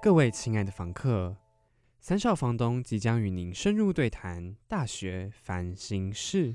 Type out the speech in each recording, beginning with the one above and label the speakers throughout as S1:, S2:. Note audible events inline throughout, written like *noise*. S1: 各位亲爱的房客，三少房东即将与您深入对谈大学烦心事。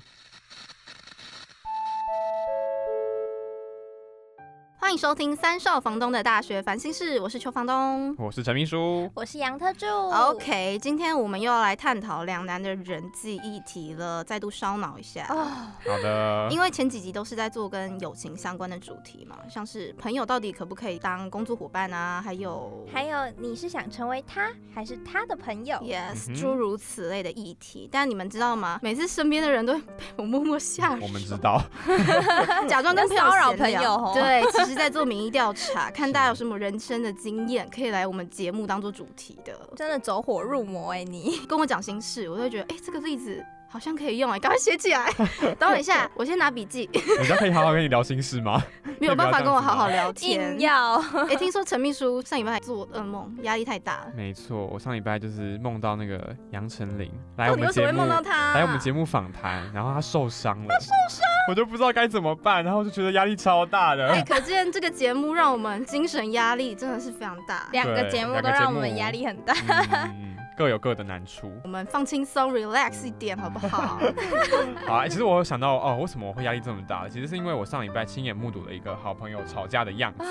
S2: 欢迎收听三少房东的大学烦心事，我是邱房东。
S1: 我是陈明书，
S3: 我是杨特助。
S2: OK，今天我们又要来探讨两难的人际议题了，再度烧脑一下。
S3: 哦，
S1: 好的
S2: 因为前几集都是在做跟友情相关的主题嘛，像是朋友到底可不可以当工作伙伴啊，还有
S3: 还有你是想成为他还是他的朋友？
S1: 嗯哼
S2: yes 诸如此类的议题。但你们知道吗？每次身边的人都会 *laughs* 被我默默吓
S1: 我们知
S2: 手，
S1: 道，
S2: *laughs* 假装跟朋友
S3: *laughs* 骚扰
S2: 闲聊
S3: 朋友哦
S2: 对，其实在做民意调
S1: *laughs*
S2: 查，看大家有什么人生的经验可以来我们节目当做主题的。
S3: 真的走火入魔哎、你
S2: 跟我讲心事，我就会觉得，哎、这个例子好像可以用哎、赶快写起
S1: *laughs*
S2: 来。等我一下，我先拿笔记， *laughs*
S1: 人家可以好好跟你聊心事吗？
S2: 没有办法跟我好好聊
S3: 硬
S2: 天。
S3: 要
S2: 哎、听说陈秘书上礼拜还做噩梦，压力太大了。
S1: *laughs* 没错，我上礼拜就是梦到那个杨丞琳来
S2: 到
S1: 我
S2: 底
S1: 们
S2: 为什
S1: 节
S2: 么会
S1: 目
S2: 梦，到他、啊
S1: 来我们节目访谈，然后她受伤了，受伤，我就不知道该怎么办，然后就觉得压力超大
S2: *laughs* 哎、
S1: 的。
S2: 可见这个节目让我们精神压力真的是非常大。
S3: 两个
S1: 对
S3: 节目
S1: 两
S3: 都
S1: 个节
S3: 让我
S1: 目
S3: 们压力很大。
S1: 嗯，各有各的难处。
S2: 我们放轻松，relax 一点，好不好？
S1: 好、啊，其实我有想到哦，为什么我会压力这么大？其实是因为我上礼拜亲眼目睹了一个好朋友吵架的样子，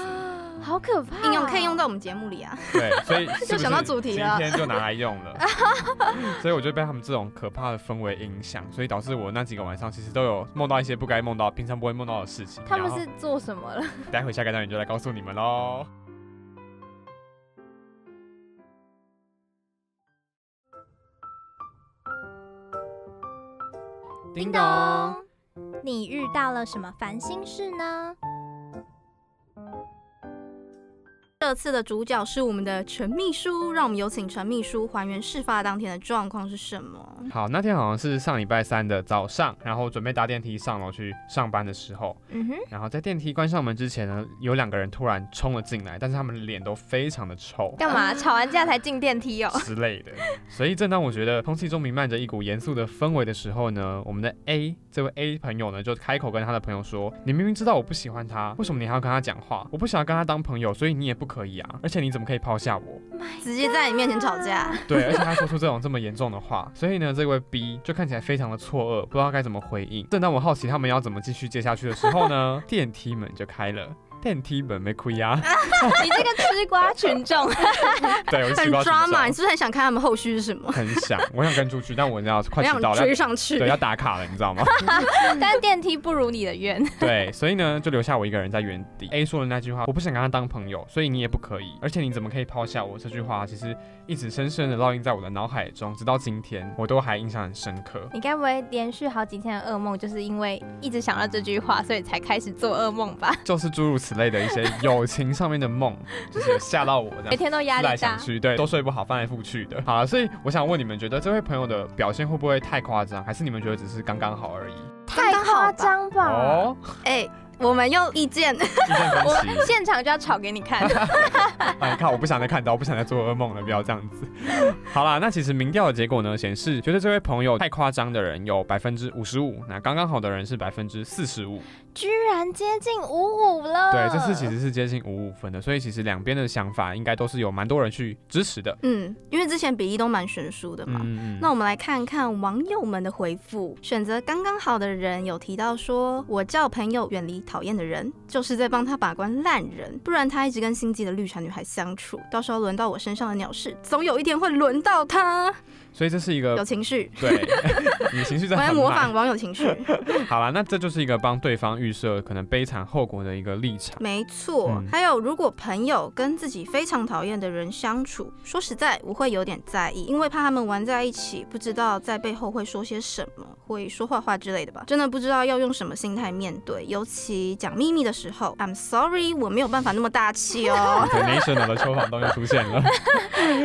S3: 好可怕、
S2: *laughs* 应用可以用。到我们节目里啊。
S1: 对，所以是不是
S2: 想到主题了
S1: 今天就拿来用了。所以我就被他们这种可怕的氛围影响，所以导致我那几个晚上其实都有梦到一些不该梦到、平常不会梦到的事情。
S3: 他们
S1: 然后
S3: 是做什么了？
S1: 待会下个单元就来告诉你们喽。叮咚，
S3: 你遇到了什么烦心事呢？
S2: *laughs* 这次的主角是我们的陈秘书，让我们有请陈秘书还原事发当天的状况是什么。
S1: 好，那天好像是上礼拜三的早上，然后准备搭电梯上楼去上班的时候，
S3: 嗯哼，
S1: 然后在电梯关上门之前呢，有两个人突然冲了进来，但是他们脸都非常的臭
S3: 干嘛？
S2: 嗯
S3: 吵完架才进电梯哦？
S1: 之类的。所以正当我觉得空气中弥漫着一股严肃的氛围的时候呢，我们的 A 这位 A 朋友呢就开口跟他的朋友说：“你明明知道我不喜欢他，为什么你还要跟他讲话？我不想要跟他当朋友，所以你也不可以啊！而且你怎么可以抛下我？”
S2: 直接在你面前吵架，
S1: 对，而且他说出这种这么严重的话，所以呢，这位 B 就看起来非常的错愕，不知道该怎么回应。正当我好奇他们要怎么继续接下去的时候呢， *laughs* 电梯门就开了。电梯门没啊亏呀，
S3: *laughs* 你这个吃瓜群 *laughs* 众，
S1: 对，我就
S2: 很
S1: 吃瓜群众，
S2: drama，你是不是很想看他们后续是什么？
S1: 很想，我想跟出去，但我知道快
S2: 我
S1: 迟
S2: 想
S1: 到了
S2: 追
S1: 要，
S2: 上
S1: 对，
S2: 去。
S1: 要打卡了，你知道吗？ *laughs*
S3: 但电梯不如你的 *laughs* 愿。
S1: 对，所以呢，就留下我一个人在原地。A 说的那句话，我不想跟他当朋友，所以你也不可以，而且你怎么可以抛下我？这句话其实一直深深的烙印在我的脑海中，直到今天，我都还印象很深
S2: *laughs*
S1: 刻。
S3: 你该不会连续好几天的噩梦，就是因为一直想到这句话，所以才开始做噩梦吧？
S1: 就是诸如此类的一些友情上面的梦，就是有吓到我这
S3: 每
S1: 样。
S3: 天都压
S1: 思
S3: 力
S1: 来
S3: 大
S1: 想。去，对，都睡不好，翻来覆去的。好了，所以我想问你们，觉得这位朋友的表现会不会太夸张，还是你们觉得只是刚刚好而已？
S3: 太夸张吧！
S1: 哦，
S2: 哎、我们用意见， *laughs*
S1: 意见分
S3: 我
S1: 歧。
S3: 现场就要吵给
S1: *laughs*
S3: 你看。
S1: 哎，看我不想再看到，我不想再做噩梦了，不要这样子。好啦，那其实民调的结果呢，显示觉得这位朋友太夸张的人有百分之五十五，那刚刚好的人是百分之四十五。
S3: 居然接近五五了。
S1: 对，这次其实是接近五五分的，所以其实两边的想法应该都是有蛮多人去支持的。
S2: 嗯，因为之前比例都蛮悬殊的嘛。
S1: 嗯
S2: 那我们来看看网友们的回复。选择刚刚好的人有提到说，我叫朋友远离讨厌的人，就是在帮他把关烂人，不然他一直跟心机的绿茶女孩相处，到时候轮到我身上的鸟事，总有一天会轮到他。
S1: 所以这是一个
S2: 有情绪，
S1: 对， *laughs* 你情绪
S2: 我
S1: 在
S2: 在
S1: 呃很
S2: 模
S1: 满
S2: 仿。网友情绪。
S1: 好啦，那这就是一个帮对方预设可能悲惨后果的一个立场。
S2: 没错，
S1: 嗯。
S2: 还有如果朋友跟自己非常讨厌的人相处，说实在我会有点在意，因为怕他们玩在一起，不知道在背后会说些什么，会说坏话之类的吧。真的不知道要用什么心态面对，尤其讲秘密的时候，I'm sorry，我没有办法那么大气
S1: *laughs*
S2: 哦
S1: 对 national 的秋房东又出现了。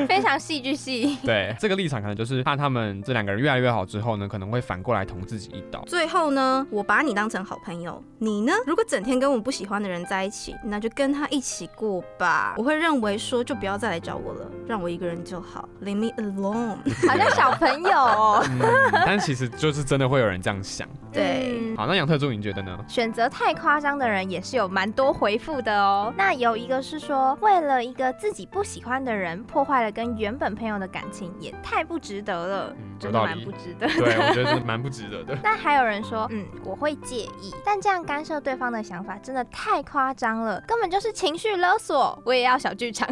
S3: 非常戏剧系。
S1: 对，这个立场可能就是怕他们这两个人越来越好之后呢，可能会反过来捅自己一刀。
S2: 最后呢，我把你当成好朋友，你呢？如果整天跟我不喜欢的人在一起，那就跟他一起过吧。我会认为说，就不要再来找我了，让我一个人就好，Leave me alone。
S3: 好像小朋友哦
S1: *laughs* 。嗯，但其实就是真的会有人这样想，
S2: 对，
S3: 嗯
S1: 好，那杨特助你觉得
S2: *laughs*
S1: 呢？
S3: 选择太夸张的人也是有蛮多回复的哦。那有一个是说，为了一个自己不喜欢的人，破坏了跟原本朋友的感情，也太不值得了，
S1: 嗯，有
S3: 真的
S1: 道
S3: 蛮
S1: 理
S3: 不。值得 *laughs*
S1: 对，我觉得是蛮不值
S2: *laughs*
S1: 得的。
S3: 那还有人说，嗯，我会介意，但这样干涉对方的想法真的太夸张了，根本就是情绪勒索。我也要小
S1: *laughs*
S3: 剧场，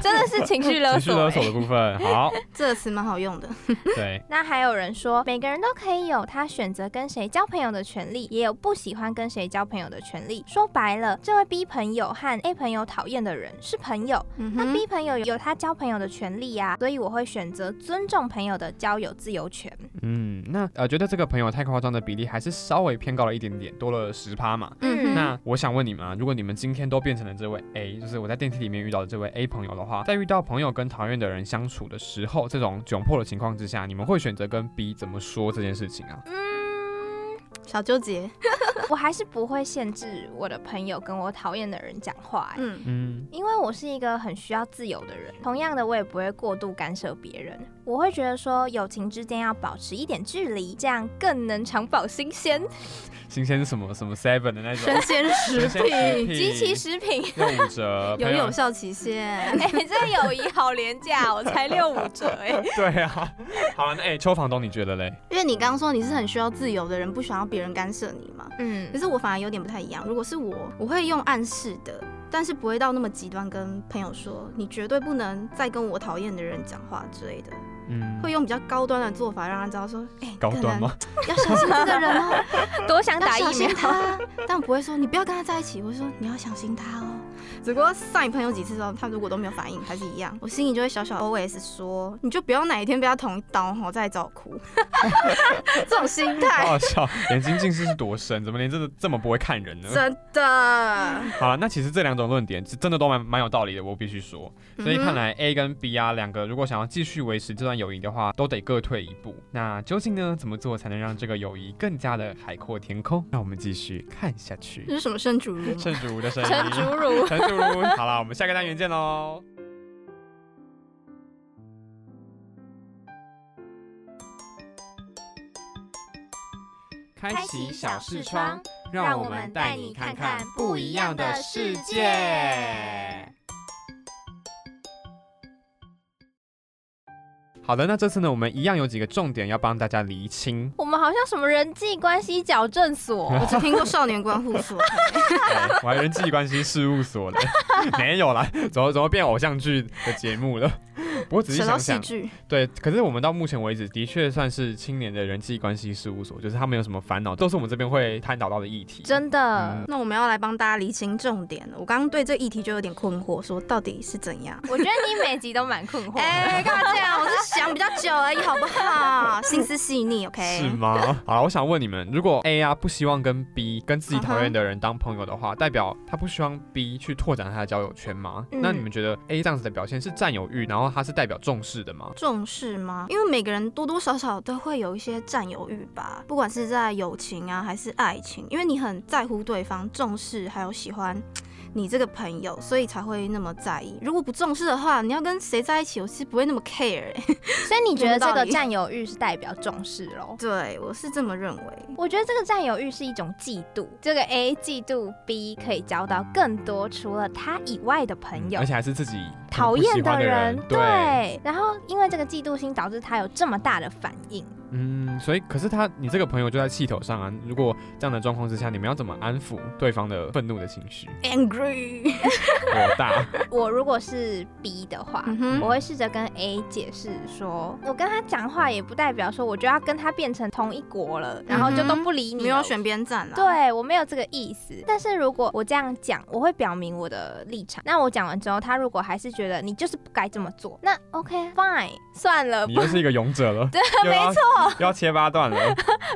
S3: 真的是情绪勒
S1: 情绪
S3: 索、
S1: 勒
S3: 欸
S1: 索的部分，
S2: *laughs*
S1: 好，
S2: 这个词蛮好用的。
S1: 对，
S3: 那还有人说，每个人都可以有他选择跟谁交朋友的权利，也有不喜欢跟谁交朋友的权利。说白了，这位 B 朋友和 A 朋友讨厌的人是朋友，
S2: 嗯
S3: 那
S2: 哼
S3: B 朋友有他交朋友的权利啊，所以我会选择尊重朋友的交友自由权。
S1: 嗯，那呃，觉得这个朋友太夸张的比例还是稍微偏高了一点点，多了十趴嘛。
S2: 嗯哼，
S1: 那我想问你们啊，如果你们今天都变成了这位 A，就是我在电梯里面遇到的这位 A 朋友的话，在遇到朋友跟讨厌的人相处的时候，这种窘迫的情况之下，你们会选择跟 B 怎么说这件事情啊？
S3: 嗯， *laughs*
S2: 小纠结。
S3: 我还是不会限制我的朋友跟我讨厌的人讲话、欸
S2: 嗯，
S1: 嗯，
S3: 因为我是一个很需要自由的人，同样的，我也不会过度干涉别人。我会觉得说，友情之间要保持一点距离，这样更能长保新 *laughs* 鲜。
S1: 新鲜是什么什么 Seven 的那种
S2: 生鲜食
S1: 生鲜食
S2: 品
S1: 品
S3: 集齐食品， *laughs*
S1: 六五折，
S2: *laughs* 有
S1: 朋友
S2: 有效期限。
S3: 哎、这友谊好廉价 *laughs* 哦，我才六五折哎、
S1: *laughs* 对啊。好了，那哎、邱房东你觉得嘞？
S2: 因为你刚刚说你是很需要自由的人，不想要别人干涉你嘛。
S3: 嗯
S2: 可，是我反而有点不太一样。如果是我，我会用暗示的，但是不会到那么极端，跟朋友说你绝对不能再跟我讨厌的人讲话之类的，
S1: 嗯，
S2: 会用比较高端的做法让他知道说，哎、
S1: 高端吗？
S2: 要小心这个人哦，
S3: 嗯多想
S2: 要小
S3: 打疫苗
S2: 心。他。啊 *laughs* 但不会说你不要跟他在一起，我会说你要小心他哦。只不过上你朋友几次之后，他如果都没有反应，还是一样，我心里就会小小 OS 说，你就不要哪一天被他捅一刀吼，再来找我 *laughs* 哭。这种心
S1: *laughs* 好
S2: 态
S1: 好笑，眼睛近视是多深？怎么连这这么不会看人呢？
S2: 真的。
S1: 好了，那其实这两种论点是真的都蛮蛮有道理的，我必须说。所以
S2: 嗯哼
S1: 看来 A 跟 B 啊两个如果想要继续维持这段友谊的话，都得各退一步。那究竟呢，怎么做才能让这个友谊更加的海阔天空？让我们继续看下去
S2: 这。是什么圣主如吗？
S1: 圣主的声音，
S3: *laughs* 陈竹
S1: *laughs*
S3: 如，
S1: 陈主如。好了，我们下个单元见喽。开启小视窗。
S3: 让我们带你看看不一样的世界。。
S1: 好的，那这次呢，我们一样有几个重点要帮大家厘 *laughs* 清
S3: 我们好像什么人际关系矫正 *laughs* 所，
S2: 我只听过少年观护所，
S1: 对我还人际关系事务所的， *laughs* 没有啦，怎么怎么变偶像剧的节目了？不过 *laughs* 仔细
S2: 扯到
S1: 想
S2: 戏
S1: 想，
S2: 剧，
S1: 对，可是我们到目前为止的确算是青年的人际关系事务所，就是他们有什么烦恼，都是我们这边会探讨到的议题。
S3: 真的，
S2: 那我们要来帮大家厘清重点了。我刚刚对这议题就有点困惑，说到底是怎样？
S3: 我觉得你每集都蛮
S1: 哦
S3: *laughs* 困惑的。
S2: 哎，干嘛这样？我是想比较久而已，好不好？心思细腻
S1: 是
S2: ，OK？
S1: 吗？ *laughs* 好了，我想问你们，如果 A 啊不希望跟 B 跟
S3: 嗯
S1: 自己讨厌的人当朋友的话，代表他不希望 B 去拓展他的交友圈吗？
S3: 嗯
S1: 那你们觉得 A 这样子的表现是占有欲，然后他是代表重视的吗？
S2: 重视吗？因为每个人多多少少都会有一些占有欲吧，不管是在友情啊还是爱情，因为你很在乎对方，重视还有喜欢你这个朋友，所以才会那么在意。如果不重视的话，你要跟谁在一起，我是不会那么 care、欸。 *laughs*
S3: 所以你觉得这
S2: 有道
S3: 个
S2: 理
S3: 占有欲是代表重视喽？
S2: 对，我是这么认为。
S3: 我觉得这个占有欲是一种嫉妒，这个 A 嫉妒 B 可以交到更多除了他以外的朋友
S1: 嗯而。且还是自己
S3: 讨
S1: 不喜
S3: 厌
S1: 欢的
S3: 人，
S1: 对，
S3: 然后因为这个嫉妒心导致他有这么大的反应，
S1: 嗯，所以可是他，你这个朋友就在气头上啊。如果这样的状况之下，你们要怎么安抚对方的愤怒的情绪？
S2: Angry，
S1: 火大，
S3: 我如果是 B 的话，
S2: 嗯哼
S3: 我会试着跟 A 解释说，我跟他讲话也不代表说我就要跟他变成同一国了，然后就
S1: 嗯
S3: 都不理
S2: 没
S3: 你
S2: 有
S3: 了。
S2: 选边站啊啦。，
S3: 对我没有这个意思，但是如果我这样讲，我会表明我的立场。那我讲完之后，他如果还是觉得你就是不该这么做，那 OK fine 算了，
S1: 你
S3: 呃不
S1: 又是一个勇者了。
S3: 对，
S1: 没错， *laughs* 又要切八段了。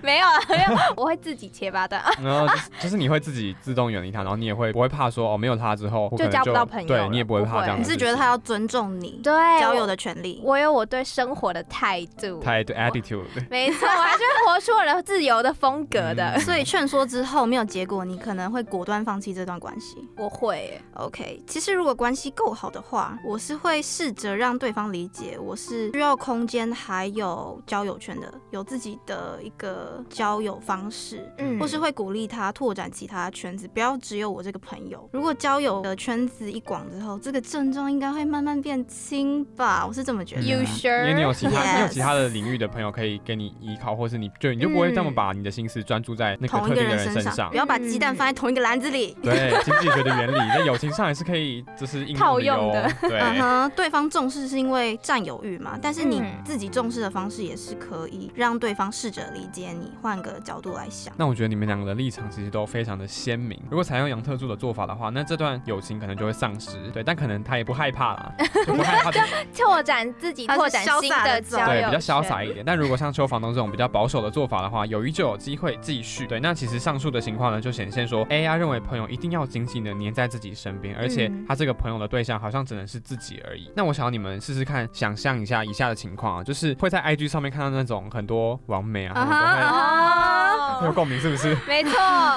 S3: 没有啊，没有，我会自己切八段。
S1: 然后就是就是你会自己自动远离他，然后你也会不会怕说哦没有他之后我可能
S3: 交不到朋友
S1: 对
S3: 了
S1: 你也不会
S3: 不
S1: 怕
S3: 会
S1: 这样
S2: 你
S1: 子。
S2: 是觉得他要尊重你
S3: *laughs* 对，
S2: 交
S3: 我
S2: 友的权利？
S3: 我有我对生活的态度，
S1: 态度 attitude
S3: 没错，我还是会活出我的自由的风格的。
S1: 嗯
S2: 所以劝说之后没有结果，你可能会果断放弃这段关系。
S3: 我会，
S2: OK，其实如果关系够好的话，我是会试着让对方理解我是需要空间还有交友圈的有自己的一个交友方式，
S3: 嗯
S2: 或是会鼓励他拓展其他圈子，不要只有我这个朋友。如果交友的圈子一广之后，这个症状应该会慢慢变轻吧，我是这么觉得。
S3: You
S1: 嗯因
S3: sure？
S1: 为你有其他
S2: Yes
S1: 你有其他的领域的朋友可以给你依靠，或是你就你就不会这么把你的心思专注在那个
S2: 同
S1: 特
S2: 一
S1: 定
S2: 个
S1: 的人
S2: 人身
S1: 身
S2: 上，
S1: 上
S2: 不。要把鸡蛋放在同一个篮子里。
S1: 对经济学的原理，在友情上也是可以，就是应
S3: 套
S1: 的
S3: 用
S1: 哟
S3: 的。
S1: 对，
S2: *laughs* 嗯哼，对方重视是因为占有欲嘛，但是你
S3: 嗯
S2: 自己重视的方式也是可以让对方试着理解你，换个角度来想。
S1: 那我觉得你们两个的立场其实都非常的鲜明。如果采用杨特助的做法的话，那这段友情可能就会丧失。对，但可能他也不害怕 *laughs* 啦，就不害怕这种
S3: 拓展自己，
S2: 他是
S3: 拓展新
S2: 潇洒
S3: 的
S2: 地
S3: 交
S2: 走
S3: 友
S1: 对
S3: 圈，
S1: *laughs* 比较潇洒一点。但如果像邱房东这种比较保守的做法的话，友谊就有机会继续。对，那其实上述的情况呢，就显现 *laughs* 说，A I 认为朋友一定要紧紧的黏在自己身边，而且
S3: 嗯
S1: 他这个朋友的对象好像只能是自己而已。那我想要你们试试看，想象一下以下的情况啊，就是会在 I G 上面看到那种很多网美啊，他们都 *laughs* 会很有
S3: 哦，
S1: 共鸣，是不是？
S3: 没错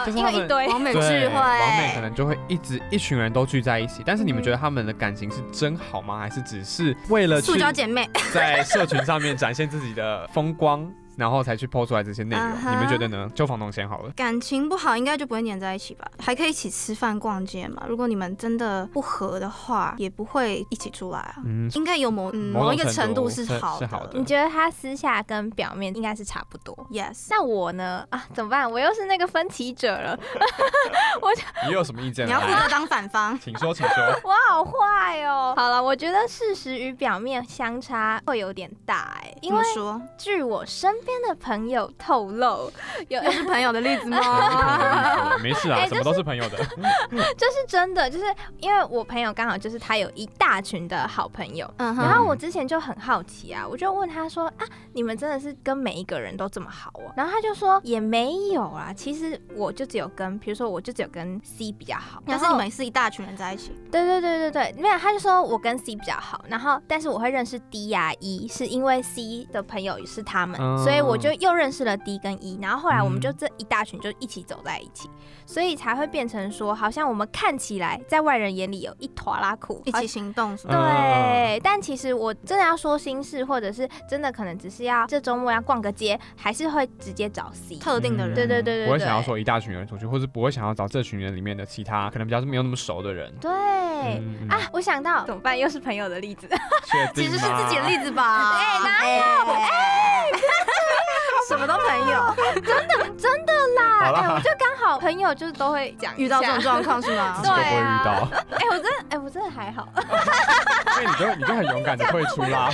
S1: 就，是
S3: 因
S1: 他
S3: 为
S1: 们
S3: 一堆，
S2: 完美智
S1: 对，
S2: 慧，
S1: 王美可能就会一直一群人都聚在一起，但是你们
S3: 嗯
S1: 觉得他们的感情是真好吗？还是只是为了呃去
S2: 塑胶姐妹，
S1: *laughs* 在社群上面展现自己的风光，然后才去抛出来这些内容？
S2: 啊哈
S1: 你们觉得呢？就房东先好了。
S2: 感情不好应该就不会黏在一起吧？还可以一起吃饭、逛街嘛。如果你们真的不合的话，也不会一起出来啊。
S1: 嗯，
S2: 应该有某、嗯、
S1: 某种
S2: 某一个程
S1: 程度
S2: 度是
S1: 是
S2: 好
S1: 是
S2: 的。
S1: 好的
S3: *laughs* 你觉得他私下跟表面应该是差不多？
S2: Yes，
S3: 那我呢？啊，怎么办？我又是那个分歧者了，
S1: 你有什么意见？
S2: 你要负
S1: 来，
S2: 责当反方。
S1: 请说，请说。
S3: 我好坏哦。好了，我觉得事实与表面相差会有点大哎、因
S2: 怎
S3: 为
S2: 么说，
S3: 据我身边的朋友透露，
S2: *laughs*
S3: 有
S2: 又是朋友的例子
S1: *laughs*
S2: 吗？
S1: 嗯没事啊，
S3: 哎
S1: 什么都是朋友的。
S3: 这是真的，就是因为我朋友刚好就是他有一大群的好朋友，
S2: 嗯
S3: 然
S2: 哼，
S3: 后我之前就很好奇啊，我就问他说啊，你们真的是跟每一个人都这么好哦？然后他就说也没有啊，其实我就只有跟，比如说我就只有跟 C 比较好，
S2: 但
S3: 然
S2: 是你
S3: 后
S2: 们是一大群人在一起，
S3: 对对对对对，没有，他就说我跟 C 比较好，然后但是我会认识 D 呀、E，是因为 C 的朋友是他们，
S1: 哦
S3: 所以我就又认识了 D 跟 E，然后后来我们
S1: 嗯
S3: 就这一大群就一起走在一起，所以才会变成说，好像我们看起来在外人眼里有一坨拉苦，
S2: 一起行动什么的。
S1: 嗯
S3: 对，但其实我真的要说心事，或者是真的可能只是要这周末要逛个街，还是会直接找 C。
S2: 特定的
S1: 嗯
S2: 人，
S3: 对对对对
S1: 不会想要说一大群人出去，或是不会想要找这群人里面的其他可能比较没有那么熟的人。
S3: 对、
S1: 嗯
S3: 啊，，我想到怎么办？又是朋友的 *laughs* 例子，
S1: 确定
S2: 其实是自己的
S1: 吗
S2: 例子吧？哎，哪有？哎 *laughs* 什么都朋友，
S1: 好
S3: 哎、我
S1: 啦，
S3: 就刚好朋友就是都会讲一
S2: 遇到这
S3: 下
S2: 种状 *laughs* 况是吗
S1: 自己？都不会
S3: 对啊
S1: 遇到。
S3: 哎、我真的哎、我真的还好， *laughs*
S1: 所以你就你就很勇敢的退出啦。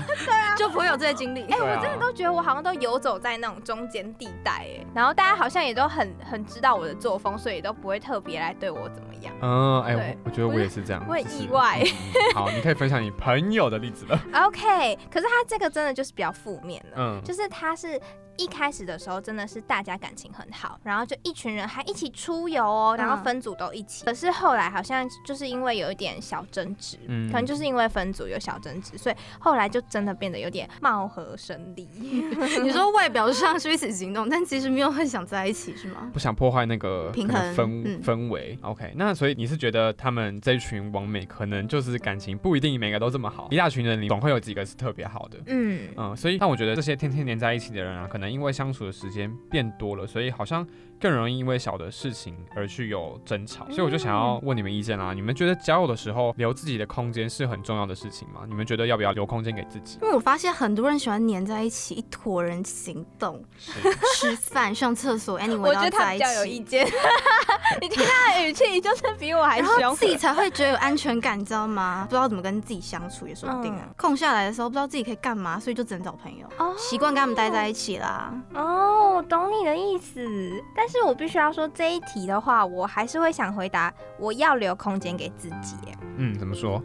S2: 就不会有这些经历。
S3: 哎、
S1: 对啊
S3: 我真的都觉得我好像都游走在那种中间地带哎，然后大家好像也都很很知道我的作风，所以也都不会特别来对我怎么样。
S1: 嗯，哎、
S3: 对
S1: 我我觉得我也是这样，
S3: 我也
S1: 就是
S3: 意外
S1: 嗯好，你可以分享你朋友的例子
S3: *laughs*
S1: 了。
S3: OK，可是他这个真的就是比较负面了。
S1: 嗯，
S3: 就是他是一开始的时候真的是大家感情很好，然后就一群人还一起出游哦，
S2: 嗯
S3: 然后分组都一起。可是后来好像就是因为有一点小争执，
S1: 嗯
S3: 可能就是因为分组有小争执，所以后来就真的变得有点貌合神离。 *laughs*
S2: 你说外表上虚此行动，但其实没有很想在一起，是吗？
S1: 不想破坏那个
S2: 平
S1: 可能
S2: 衡
S1: 氛、
S2: 嗯
S1: 氛围。OK，那所以你是觉得他们这一群网美可能就是感情不一定每个都这么好，一大群人里总会有几个是特别好的。
S3: 嗯，
S1: 嗯，所以但我觉得这些天天黏在一起的人啊，可能因为相处的时间变多了，所以好像更容易因为小的事情而去有争吵。所以我就想
S3: 嗯
S1: 要问你们意见啦，你们觉得交友的时候留自己的空间是很重要的事情吗？你们觉得要不要留空间给自己？
S2: 因为我发现很多人喜欢黏在一起，一坨人行动、
S1: 是。
S2: 吃饭、上厕所，anyway *laughs*
S3: 我觉得
S2: 都要
S3: 他
S2: 在
S3: 比
S2: 一
S3: 较有意
S2: 起，
S3: 见， *laughs* 你听他的语气就是比我还
S2: 然
S3: 凶
S2: 后。自己才会觉得有安全感，你知道吗？不知道怎么跟自己相处也说不定
S3: 嗯
S2: 啊。空下来的时候不知道自己可以干嘛，所以就只能找朋友，
S3: 哦
S2: 习惯跟他们待在一起啦。
S3: 哦，我懂你的意思，但是我必须要说这一题的话，我还是会想回答，我要留空间给自己。
S1: 嗯，怎么说？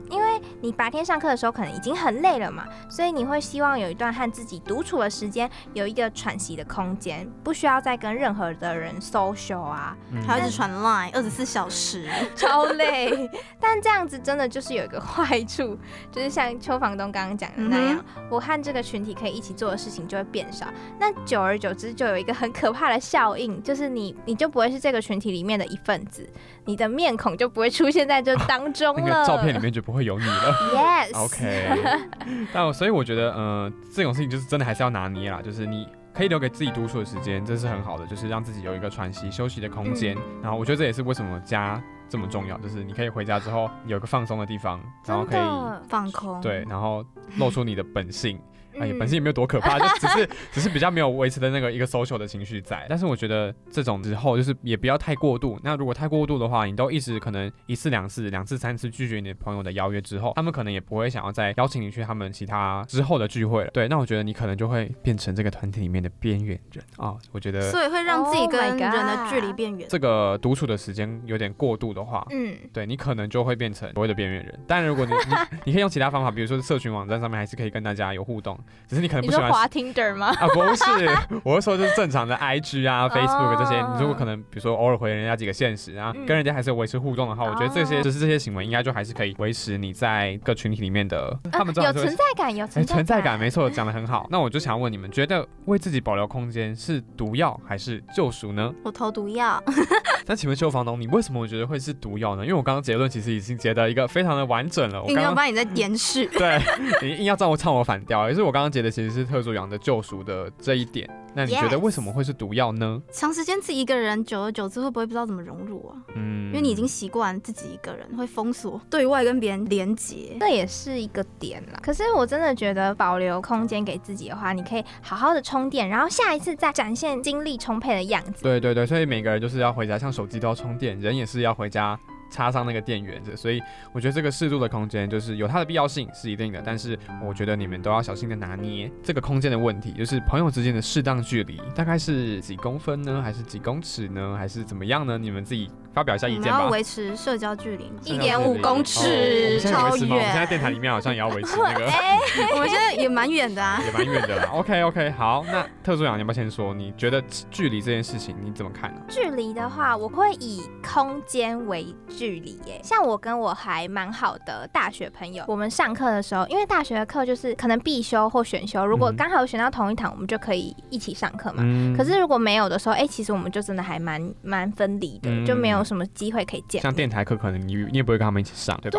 S3: 你白天上课的时候可能已经很累了嘛，所以你会希望有一段和自己独处的时间，有一个喘息的空间，不需要再跟任何的人 social 啊，
S1: 嗯
S2: 还要一直传 line，二十四小时。
S3: *laughs* 超累。但这样子真的就是有一个坏处，就是像邱房东刚刚讲的那
S1: 嗯
S3: 样，我和这个群体可以一起做的事情就会变少。那久而久之就有一个很可怕的效应，就是你你就不会是这个群体里面的一份子，你的面孔就不会出现在这当中
S1: *laughs* 那
S3: 了。
S1: 个照片里面就不会有你
S3: *laughs*
S1: 了。啊
S3: Yes。
S1: OK，但我所以我觉得，呃，这种事情就是真的还是要拿捏啦，就是你可以留给自己独处的时间，这是很好的，就是让自己有一个喘息、休息的空间。
S3: 嗯
S1: 然后我觉得这也是为什么家这么重要，就是你可以回家之后有一个放松的地方，然后
S3: 真
S1: 可以
S3: 的，
S2: 放空，
S1: 对，然后露出你的本性。哎呀，
S3: 嗯
S1: 本性也没有多可怕，就只是只是比较没有维持的那个一个 social 的情绪在。但是我觉得这种之后就是也不要太过度。那如果太过度的话，你都一直可能一次两次、两次三次拒绝你的朋友的邀约之后，他们可能也不会想要再邀请你去他们其他之后的聚会了。对，那我觉得你可能就会变成这个团体里面的边缘人啊、我觉得
S2: 所以会让自己
S3: Oh
S2: 跟
S3: my
S2: 人的
S3: God
S2: 距离变远。
S1: 这个独处的时间有点过度的话，
S3: 嗯，
S1: 对你可能就会变成所谓的边缘人。当然，如果你
S3: *laughs*
S1: 你你可以用其他方法，比如说社群网站上面还是可以跟大家有互动，只是你可能
S3: 你
S1: 不喜
S3: 说
S1: 欢
S3: 滑 Tinder 吗？
S1: 啊，不是，我是说就是正常的 IG 啊、Facebook 这些，
S3: 哦
S1: 你如果可能，比如说偶尔回人家几个现实啊，
S3: 嗯
S1: 跟人家还是有维持互动的话，我觉得这些
S3: 哦
S1: 就是这些行为应该就还是可以维持你在各群体里面的， *laughs* 他们知道
S3: 啊有
S1: 还是会
S3: 存在感，有
S1: 哎
S3: 存在
S1: 存在感，没错，讲的很好。那我就想问你们，觉得为自己保留空间是毒药还是救赎呢？
S2: 我投毒药，
S1: *laughs* 那请问邱房东，你为什么我觉得会是毒药呢？因为我刚刚结论其实已经结得一个非常的完整了，我
S2: 硬
S1: 刚
S2: 要
S1: 刚
S2: 把你在掩饰。
S1: *laughs* 对，你硬要让我唱我反调，也是我刚刚解的其实是特殊羊的救赎的这一点。那你觉得
S2: Yes
S1: 为什么会是毒药呢
S2: 长时间自己一个人，久而久之会不会不知道怎么融入啊？
S1: 嗯，
S2: 因为你已经习惯自己一个人，会封锁对外跟别人连接。
S3: 这也是一个点啦。可是我真的觉得保留空间给自己的话，你可以好好的充电，然后下一次再展现精力充沛的样子。，
S1: 对对对，所以每个人就是要回家，像手机都要充电，人也是要回家插上那个电源的。所以我觉得这个适度的空间就是有它的必要性是一定的，但是我觉得你们都要小心的拿捏这个空间的问题，就是朋友之间的适当距离，大概是几公分呢，还是几公尺呢，还是怎么样呢？你们自己发表一下
S2: 我
S1: 意
S2: 们
S1: 见
S2: 要
S1: 吧。
S2: 维持社交距离嘛，
S1: 这
S2: 一
S1: 个
S2: 点
S1: 是
S2: 五公
S1: 哦我
S2: 尺
S1: 们，现在有
S2: 超
S1: 维持吗我们现在电
S2: 远。
S1: 台里面好像也要维持那个
S3: *laughs*
S2: 我们现在也蛮远的啊。
S1: 也蛮远的啦。OK OK，好，那特助长，你要不要先说？你觉得距离这件事情你怎么看呢、
S3: 距离的话，我会以空间为距离耶。像我跟我还蛮好的大学朋友，我们上课的时候，因为大学的课就是可能必修或选修，如果
S1: 嗯
S3: 刚好有选到同一堂，我们就可以一起上课嘛。
S1: 嗯
S3: 可是如果没有的时候，哎、其实我们就真的还蛮蛮分离的，
S1: 嗯
S3: 就没有什么机会可以见
S1: 像
S3: 面。
S1: 电台课，可能你你也不会跟他们一起上，对吧？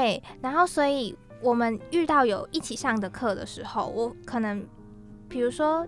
S3: 对，然后所以我们遇到有一起上的课的时候，我可能比如说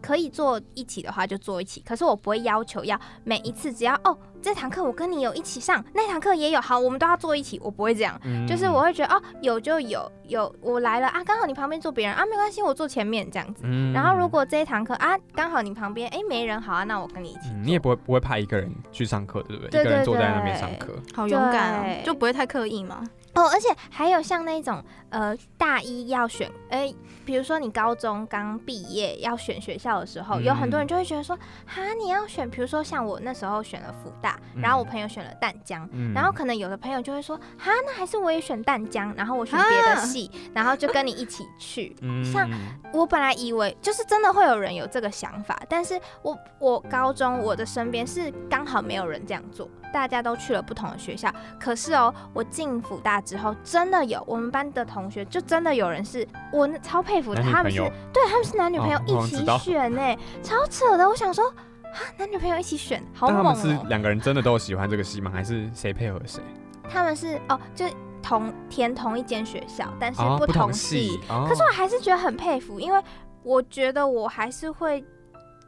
S3: 可以坐一起的话就坐一起，可是我不会要求要每一次只要哦这堂课我跟你有一起上，那堂课也有，好我们都要坐一起，我不会这样。
S1: 嗯
S3: 就是我，会觉得哦，有就有，有我来了啊，刚好你旁边坐别人啊，没关系，我坐前面这样子。
S1: 嗯
S3: 然后如、果这一堂课啊，刚好你旁边哎没人，好啊，那我跟你一起坐。
S1: 嗯你也不会不会怕一个人去上课，对不对？
S3: 对
S1: 一个人
S3: 对
S1: 坐在那边
S3: 对
S1: 上课，
S2: 好勇敢哦，
S3: 对
S2: 就不会太刻意嘛。
S3: 哦，而且还有像那种呃大一要选，哎、比如说你高中刚毕业要选学校的时候，有很多
S1: 嗯
S3: 人就会觉得说，哈，你要选，比如说像我那时候选了福大，然后我
S1: 嗯
S3: 朋友选了淡江。
S1: 嗯
S3: 然后可能有的朋友就会说，哈，那还是我也选淡江，然后我选别
S2: 啊
S3: 的系，然后就跟你一起去。
S1: 嗯
S3: 像我本来以为就是真的会有人有这个想法，但是我我高中我的身边是刚好没有人这样做，大家都去了不同的学校。可是哦，我进福大之后，真的有我们班的同学，就真的有人是我那超佩服的，
S1: 男女
S3: 他们
S1: 朋
S3: 是
S1: 友
S3: 对，他们是男女朋友
S1: 哦我好像
S3: 一
S1: 知
S3: 起
S1: 道
S3: 选呢、超扯的。我想说啊，男女朋友一起选，好
S1: 但他
S3: 猛
S1: 们是
S3: 哦、
S1: 两个人真的都有喜欢这个戏吗？还是谁配合谁？
S3: 他们是哦，就是同填同一间学校，但是
S1: 哦
S3: 不同系。
S1: 戏，哦
S3: 可是我还是觉得很佩服，因为我觉得我还是会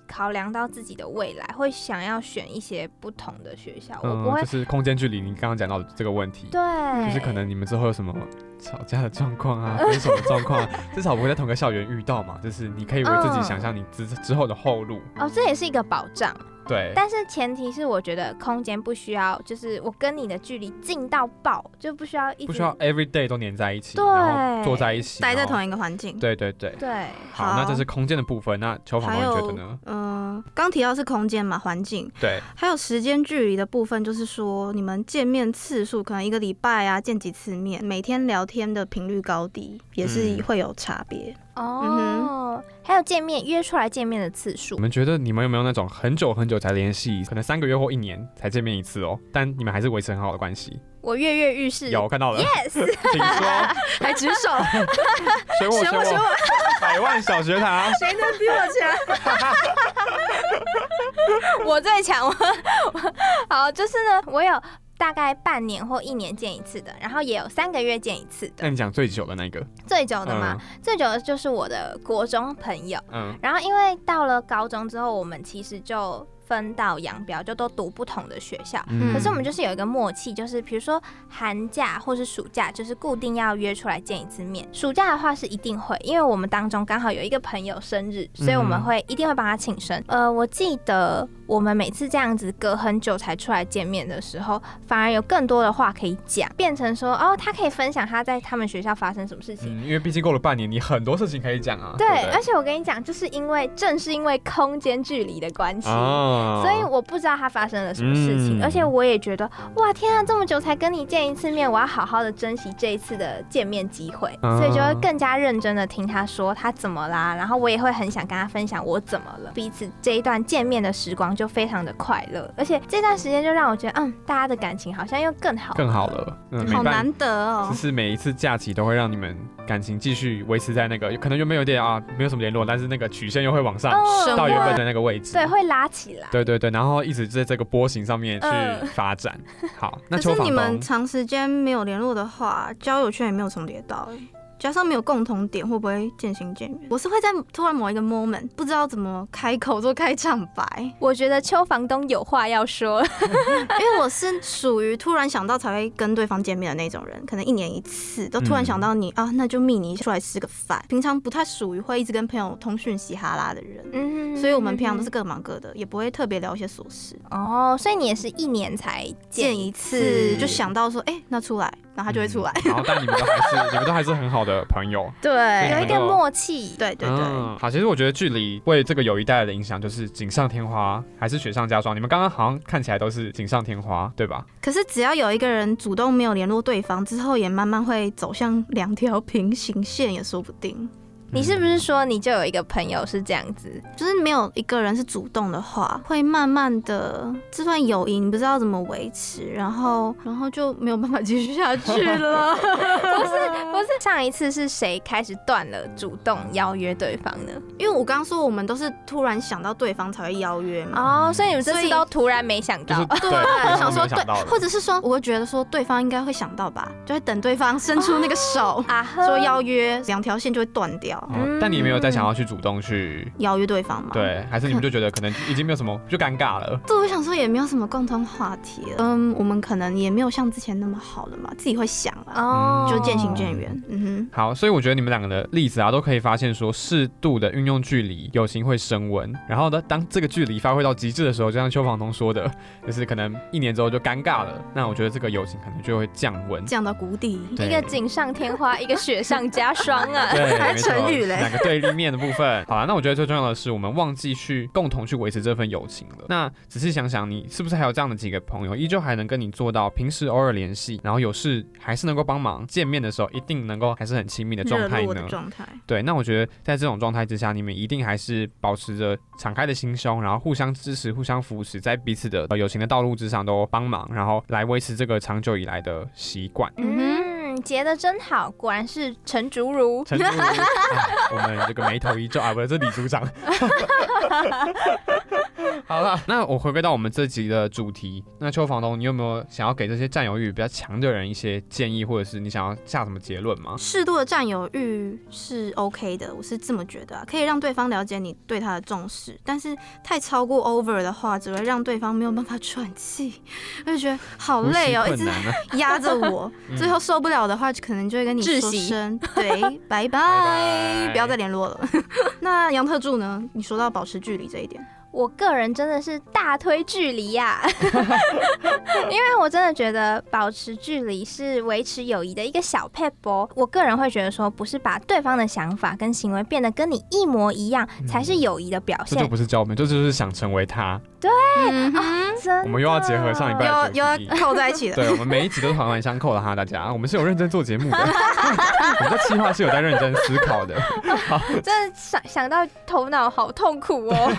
S3: 考量到自己的未来，会想要选一些不同的学校，我不
S1: 嗯，
S3: 会、
S1: 就是空间距离，你刚刚讲到的这个问题，
S3: 对，
S1: 就是可能你们之后有什么吵架的状况啊，分手的状况啊，至少不会在同个校园遇到嘛。就是你可以为自己
S3: 嗯
S1: 想象你之之后的后路，
S3: 哦，这也是一个保障，
S1: 对，
S3: 但是前提是我觉得空间不需要，就是我跟你的距离近到爆，就不需要一
S1: 不
S3: 直
S1: 需要 every day 都黏在一起，
S3: 对
S1: 然后坐在一起，
S2: 待在
S1: 然后
S2: 同一个环境。
S1: 啊对对对。
S3: 对。
S1: 好，那这
S2: 好
S1: 是空间的部分。那邱访
S2: 还
S1: 你觉得
S2: 有
S1: 呢？，
S2: 嗯、刚提到是空间嘛，环境，
S1: 对，
S2: 还有时间距离的部分，就是说你们见面次数，可能一个礼拜啊见几次面，每天聊天的频率高低也是
S1: 嗯
S2: 会有差别。
S3: 哦，还有见面约出来见面的次数
S1: 你，们觉得你们有没有那种很久很久才联系，可能三个月或一年才见面一次哦，但你们还是维持很好的关系？
S3: 我跃跃欲试。
S1: 有，
S3: *laughs*
S1: 我看到了，
S3: 嗯，yes，
S1: *laughs* 请说，
S2: 还举
S1: *laughs*
S2: 手，
S1: 选我，
S2: 选我选
S1: 我，百万小学堂， *laughs*
S2: 谁能比我强？
S3: *laughs* 我最强。我好，就是呢，我有大概半年或一年见一次的，然后也有三个月见一次的。
S1: 那你讲最久的那个，
S3: 最久的嘛，最久的就是我的国中朋友。
S1: 嗯，
S3: 然后因为到了高中之后，我们其实就分道扬镳，就都读不同的学校。
S1: 嗯
S3: *laughs* 可是我们就是有一个默契，就是比如说寒假或是暑假，就是固定要约出来见一次面。暑假的话是一定会，因为我们当中刚好有一个朋友生日，所以我们会一定会帮他庆生。呃，我记得我们每次这样子隔很久才出来见面的时候，反而有更多的话可以讲，变成说哦，他可以分享他在他们学校发生什么事情。
S1: 嗯，因为毕竟过了半年，你很多事情可以讲啊。
S3: 对
S1: 对不，
S3: 而且我跟你讲，就是因为正是因为空间距离的关系，
S1: 哦，
S3: 所以我不知道他发生了什么事情，
S1: 嗯
S3: 而且我也觉得，哇，天啊，这么久才跟你见一次面，我要好好的珍惜这一次的见面机会，
S1: 啊
S3: 所以就会更加认真的听他说他怎么啦，然后我也会很想跟他分享我怎么了，彼此这一段见面的时光就非常的快乐，而且这段时间就让我觉得，嗯，大家的感情好像又更好，
S1: 更好。了。嗯，
S2: 好
S1: 没办
S2: 难得哦
S1: 就。是每一次假期都会让你们感情继续维持在那个，可能原本有点啊，没有什么联络，但是那个曲线又会往上
S2: 生
S1: 到原
S2: 活
S1: 本的那个位置。
S3: 嗯对，会拉起来。
S1: 对对对，然后一直在这个波形上面去
S3: 嗯
S1: 发展。好，那
S2: 可
S1: 邱
S2: 是
S1: 房
S2: 你们
S1: 东，
S2: 长时间没有联络的话，交友圈也没有重叠到、欸，加上没有共同点，会不会渐行渐远？我是会在突然某一个 moment 不知道怎么开口做开场白，
S3: 我觉得邱房东有话要
S2: *laughs*
S3: 说，
S2: 因为我是属于突然想到才会跟对方见面的那种人，可能一年一次，都突然想到你、
S3: 嗯
S2: 啊，那就密你一下出来吃个饭。平常不太属于会一直跟朋友通讯嘻哈啦的人。
S3: 嗯
S2: 所以我们平常都是各忙各的，也不会特别聊一些琐事。
S3: 哦，所以你也是一年才
S2: 见
S3: 见一
S2: 一
S3: 次
S2: 次就想到说，哎、那出来，然后他就会出来。
S1: 嗯。然后但你们都还
S2: *laughs*
S1: 是你们都还是很好的朋友。
S2: 对
S3: 有一个
S1: 哦
S3: 默契，
S2: 对对对，
S3: 啊
S1: 嗯好，其实我觉得距离为这个友谊带来的影响就是锦上添花还是雪上加霜。你们刚刚好像看起来都是锦上添花，对吧？
S2: 可是只要有一个人主动没有联络对方，之后也慢慢会走向两条平行线，也说不定。
S3: 你是不是说你就有一个朋友是这样子？
S2: 就是没有一个人是主动的话，会慢慢的这段友谊你不知道怎么维持，然后然后就没有办法继续下去了。
S3: 不是不是，上一次是谁开始断了主动邀约对方呢？
S2: 因为我刚说我们都是突然想到对方才会邀约嘛。
S3: 哦，所以你们这
S2: 所
S3: 次
S2: 以
S3: 都突然没想
S1: 就是
S3: 到。
S1: 对，
S2: 我
S3: *laughs*
S1: 我
S2: 想说
S1: 想到
S2: 对，
S1: 的
S2: 或者是说，我会觉得说对方应该会想到吧，就会等对方伸出那个
S3: *laughs*
S2: 手、
S3: 啊呵
S2: 说邀约，两条线就会断掉，
S3: 嗯
S1: 哦但你没有再想要去主动去。
S2: 邀约对方嘛。
S1: 对，还是你们就觉得可能已经没有什么，就尴尬了。
S2: 对，我想说也没有什么共同话题了。嗯，我们可能也没有像之前那么好了嘛，自己会想啊，
S3: 哦，
S2: 就渐行渐远。嗯
S1: 好，所以我觉得你们两个的例子啊，都可以发现说，适度的运用距离，友情会升温。然后呢，当这个距离发挥到极致的时候，就像邱房东说的，就是可能一年之后就尴尬了。那我觉得这个友情可能就会降温
S2: 哼，。降到谷底。
S1: 对
S3: 一个锦上添花，一个雪上加霜
S2: *laughs*
S3: 啊。
S1: *laughs* 对，
S2: 还
S1: 没错
S2: 成语嘞
S1: 两个对立面的部分。好了，啊那我觉得最重要的是，我们忘记去共同去维持这份友情了。那仔细想想，你是不是还有这样的几个朋友，依旧还能跟你做到平时偶尔联系，然后有事还是能够帮忙，见面的时候一定能够还是很亲密的状
S2: 热
S1: 态
S2: 络的
S1: 呢？
S2: 状态，
S1: 对，那我觉得在这种状态之下，你们一定还是保持着敞开的心胸，然后互相支持、互相扶持，在彼此的呃友情的道路之上都帮忙，然后来维持这个长久以来的习惯。
S3: 嗯，结的真好，果然是陈竹如。
S1: 陈竹如、啊，我们这个眉头一皱啊，不是，这李组长。好了，那我回归到我们这集的主题。那邱房东，你有没有想要给这些占有欲比较强的人一些建议，或者是你想要下什么结论吗？
S2: 适度的占有欲是 OK 的，我是这么觉得、啊，可以让对方了解你对他的重视。但是太超过 over 的话，只会让对方没有办法 *laughs* 喘气，我就觉得好
S1: 呼吸
S2: 累哦，一
S1: 困
S2: 直
S1: 难
S2: *laughs*
S1: 啊。
S2: 压着
S1: *laughs*
S2: 我，
S1: 嗯
S2: 最后受不了的话，就可能就会跟你
S3: 窒
S2: 说
S3: 息
S2: 声
S1: *laughs*
S2: 对，
S1: 拜
S2: 拜拜，不要再联络了。 *laughs* 那杨特助呢？你说到保持距离这一点，
S3: 我个人真的是大推距离呀、 *laughs* 因为我真的觉得保持距离是维持友谊的一个小 p e p 我个人会觉得说，不是把对方的想法跟行为变得跟你一模一样，才是友谊的表
S1: 这
S3: 现
S1: 就。不是教门，这就是想成为他。
S2: 嗯哼，
S3: 真的
S1: 我们又要结合上一半
S2: 又
S1: 主题
S2: 又要扣在一起了。
S1: 对，我们每一集都是环环相扣的哈，大家，我们是有认真做节
S2: *laughs*
S1: 目的，我们的计划是有在认真思考的。
S3: 真的想想到头脑好痛苦
S1: *laughs*
S3: 哦。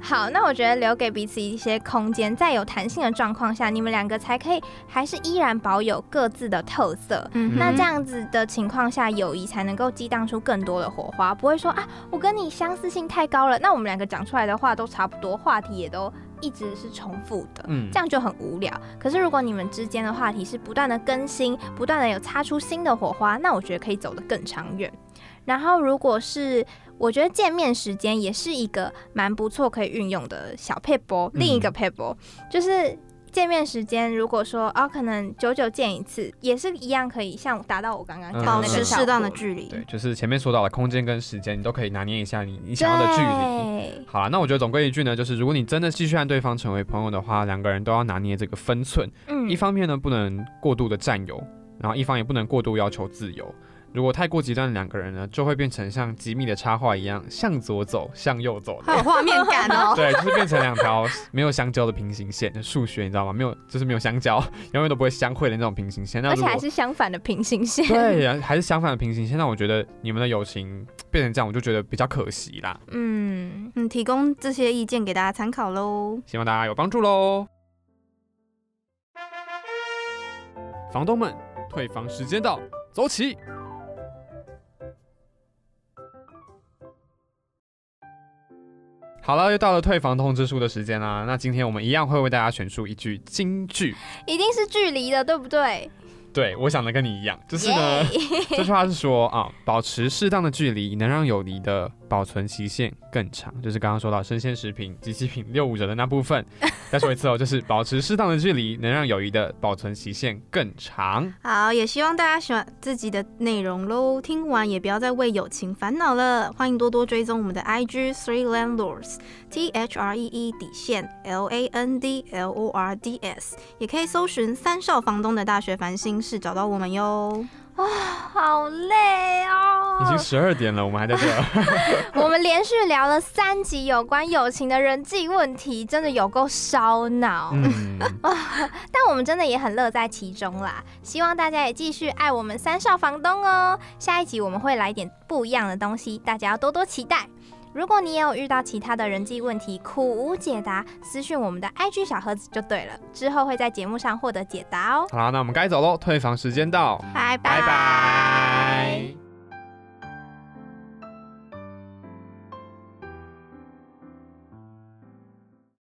S3: 好，那我觉得留给彼此一些空间，在有弹性的状况下，你们两个才可以还是依然保有各自的特色。
S2: 嗯哼
S3: 那这样子的情况下，友谊才能够激荡出更多的火花，不会说啊，我跟你相似性太高了，那我们两个讲出来的话都差不多，话题也都一直是重复的，
S1: 嗯
S3: 这样就很无聊。可是如果你们之间的话题是不断的更新，不断的有擦出新的火花，那我觉得可以走得更长远。然后如果是我觉得见面时间也是一个蛮不错可以运用的小 p a p e
S1: 嗯
S3: 另一个 p a p e 就是。见面时间，如果说哦，可能久久见一次，也是一样可以像达到我刚刚讲的那
S1: 哦
S2: 保
S3: 个
S2: 持
S3: 效
S2: 适当
S3: 果
S2: 的距离。
S1: 对，就是前面说到的空间跟时间，你都可以拿捏一下你你想要的距离。
S3: 对
S1: 好啦，那我觉得总归一句呢，就是如果你真的继续和对方成为朋友的话，两个人都要拿捏这个分寸。
S3: 嗯
S1: 一方面呢，不能过度的占有，然后一方也不能过度要求自由。如果太过极端的两个人呢，就会变成像吉米的插画一样，向左走，向右走
S2: 好有画面感 *laughs* 哦。
S1: 对，就是变成两条没有相交的平行线。数学你知道吗？没有，就是没有相交， *laughs* 永远都不会相会的那种平行线。那
S3: 而
S1: 如
S3: 且
S1: 果
S3: 还是相反的平行 *laughs* 线。
S1: 对，呀，还是相反的平行线。那我觉得你们的友情变成这样，我就觉得比较可惜啦。
S3: 嗯，
S2: 嗯，提供这些意见给大家参考喽。
S1: 希望大家有帮助喽。房东们，退房时间到，走起！好了，又到了退房通知书的时间啦。那今天我们一样会为大家选出一句金句。
S3: 一定是距离的，对不对？
S1: 对，我想的跟你一样，就是呢， *laughs* 这句话是说啊，保持适当的距离，能让友谊的保存期限更长。就是刚刚说到生鲜食品、及其品六五折的那部分，再说一次哦，就是保持适当的距离，能让友谊的保存期限更长。
S2: 好，也希望大家喜欢自己的内容喽。听完也不要再为友情烦恼了，欢迎多多追踪我们的 IG Three Landlords T H R E E 底线 L A N D L O R D S，也可以搜寻三少房东的大学烦心事找到我们哟。
S3: 好累
S1: 已经
S3: 哦。
S1: 十二点了，我们还在这儿。
S3: 我们连续聊了三集有关友情的人际问题，真的有够烧脑。
S1: 嗯，
S3: 但我们真的也很乐在其中啦。希望大家也继续爱我们三少房东哦。下一集我们会来点不一样的东西，大家要多多期待。如果你也有遇到其他的人际问题苦无解答，私讯我们的 IG 小盒子就对了，之后会在节目上获得解答哦。
S1: 好啦，那我们该走喽，退房时间到，
S2: 拜
S1: 拜拜。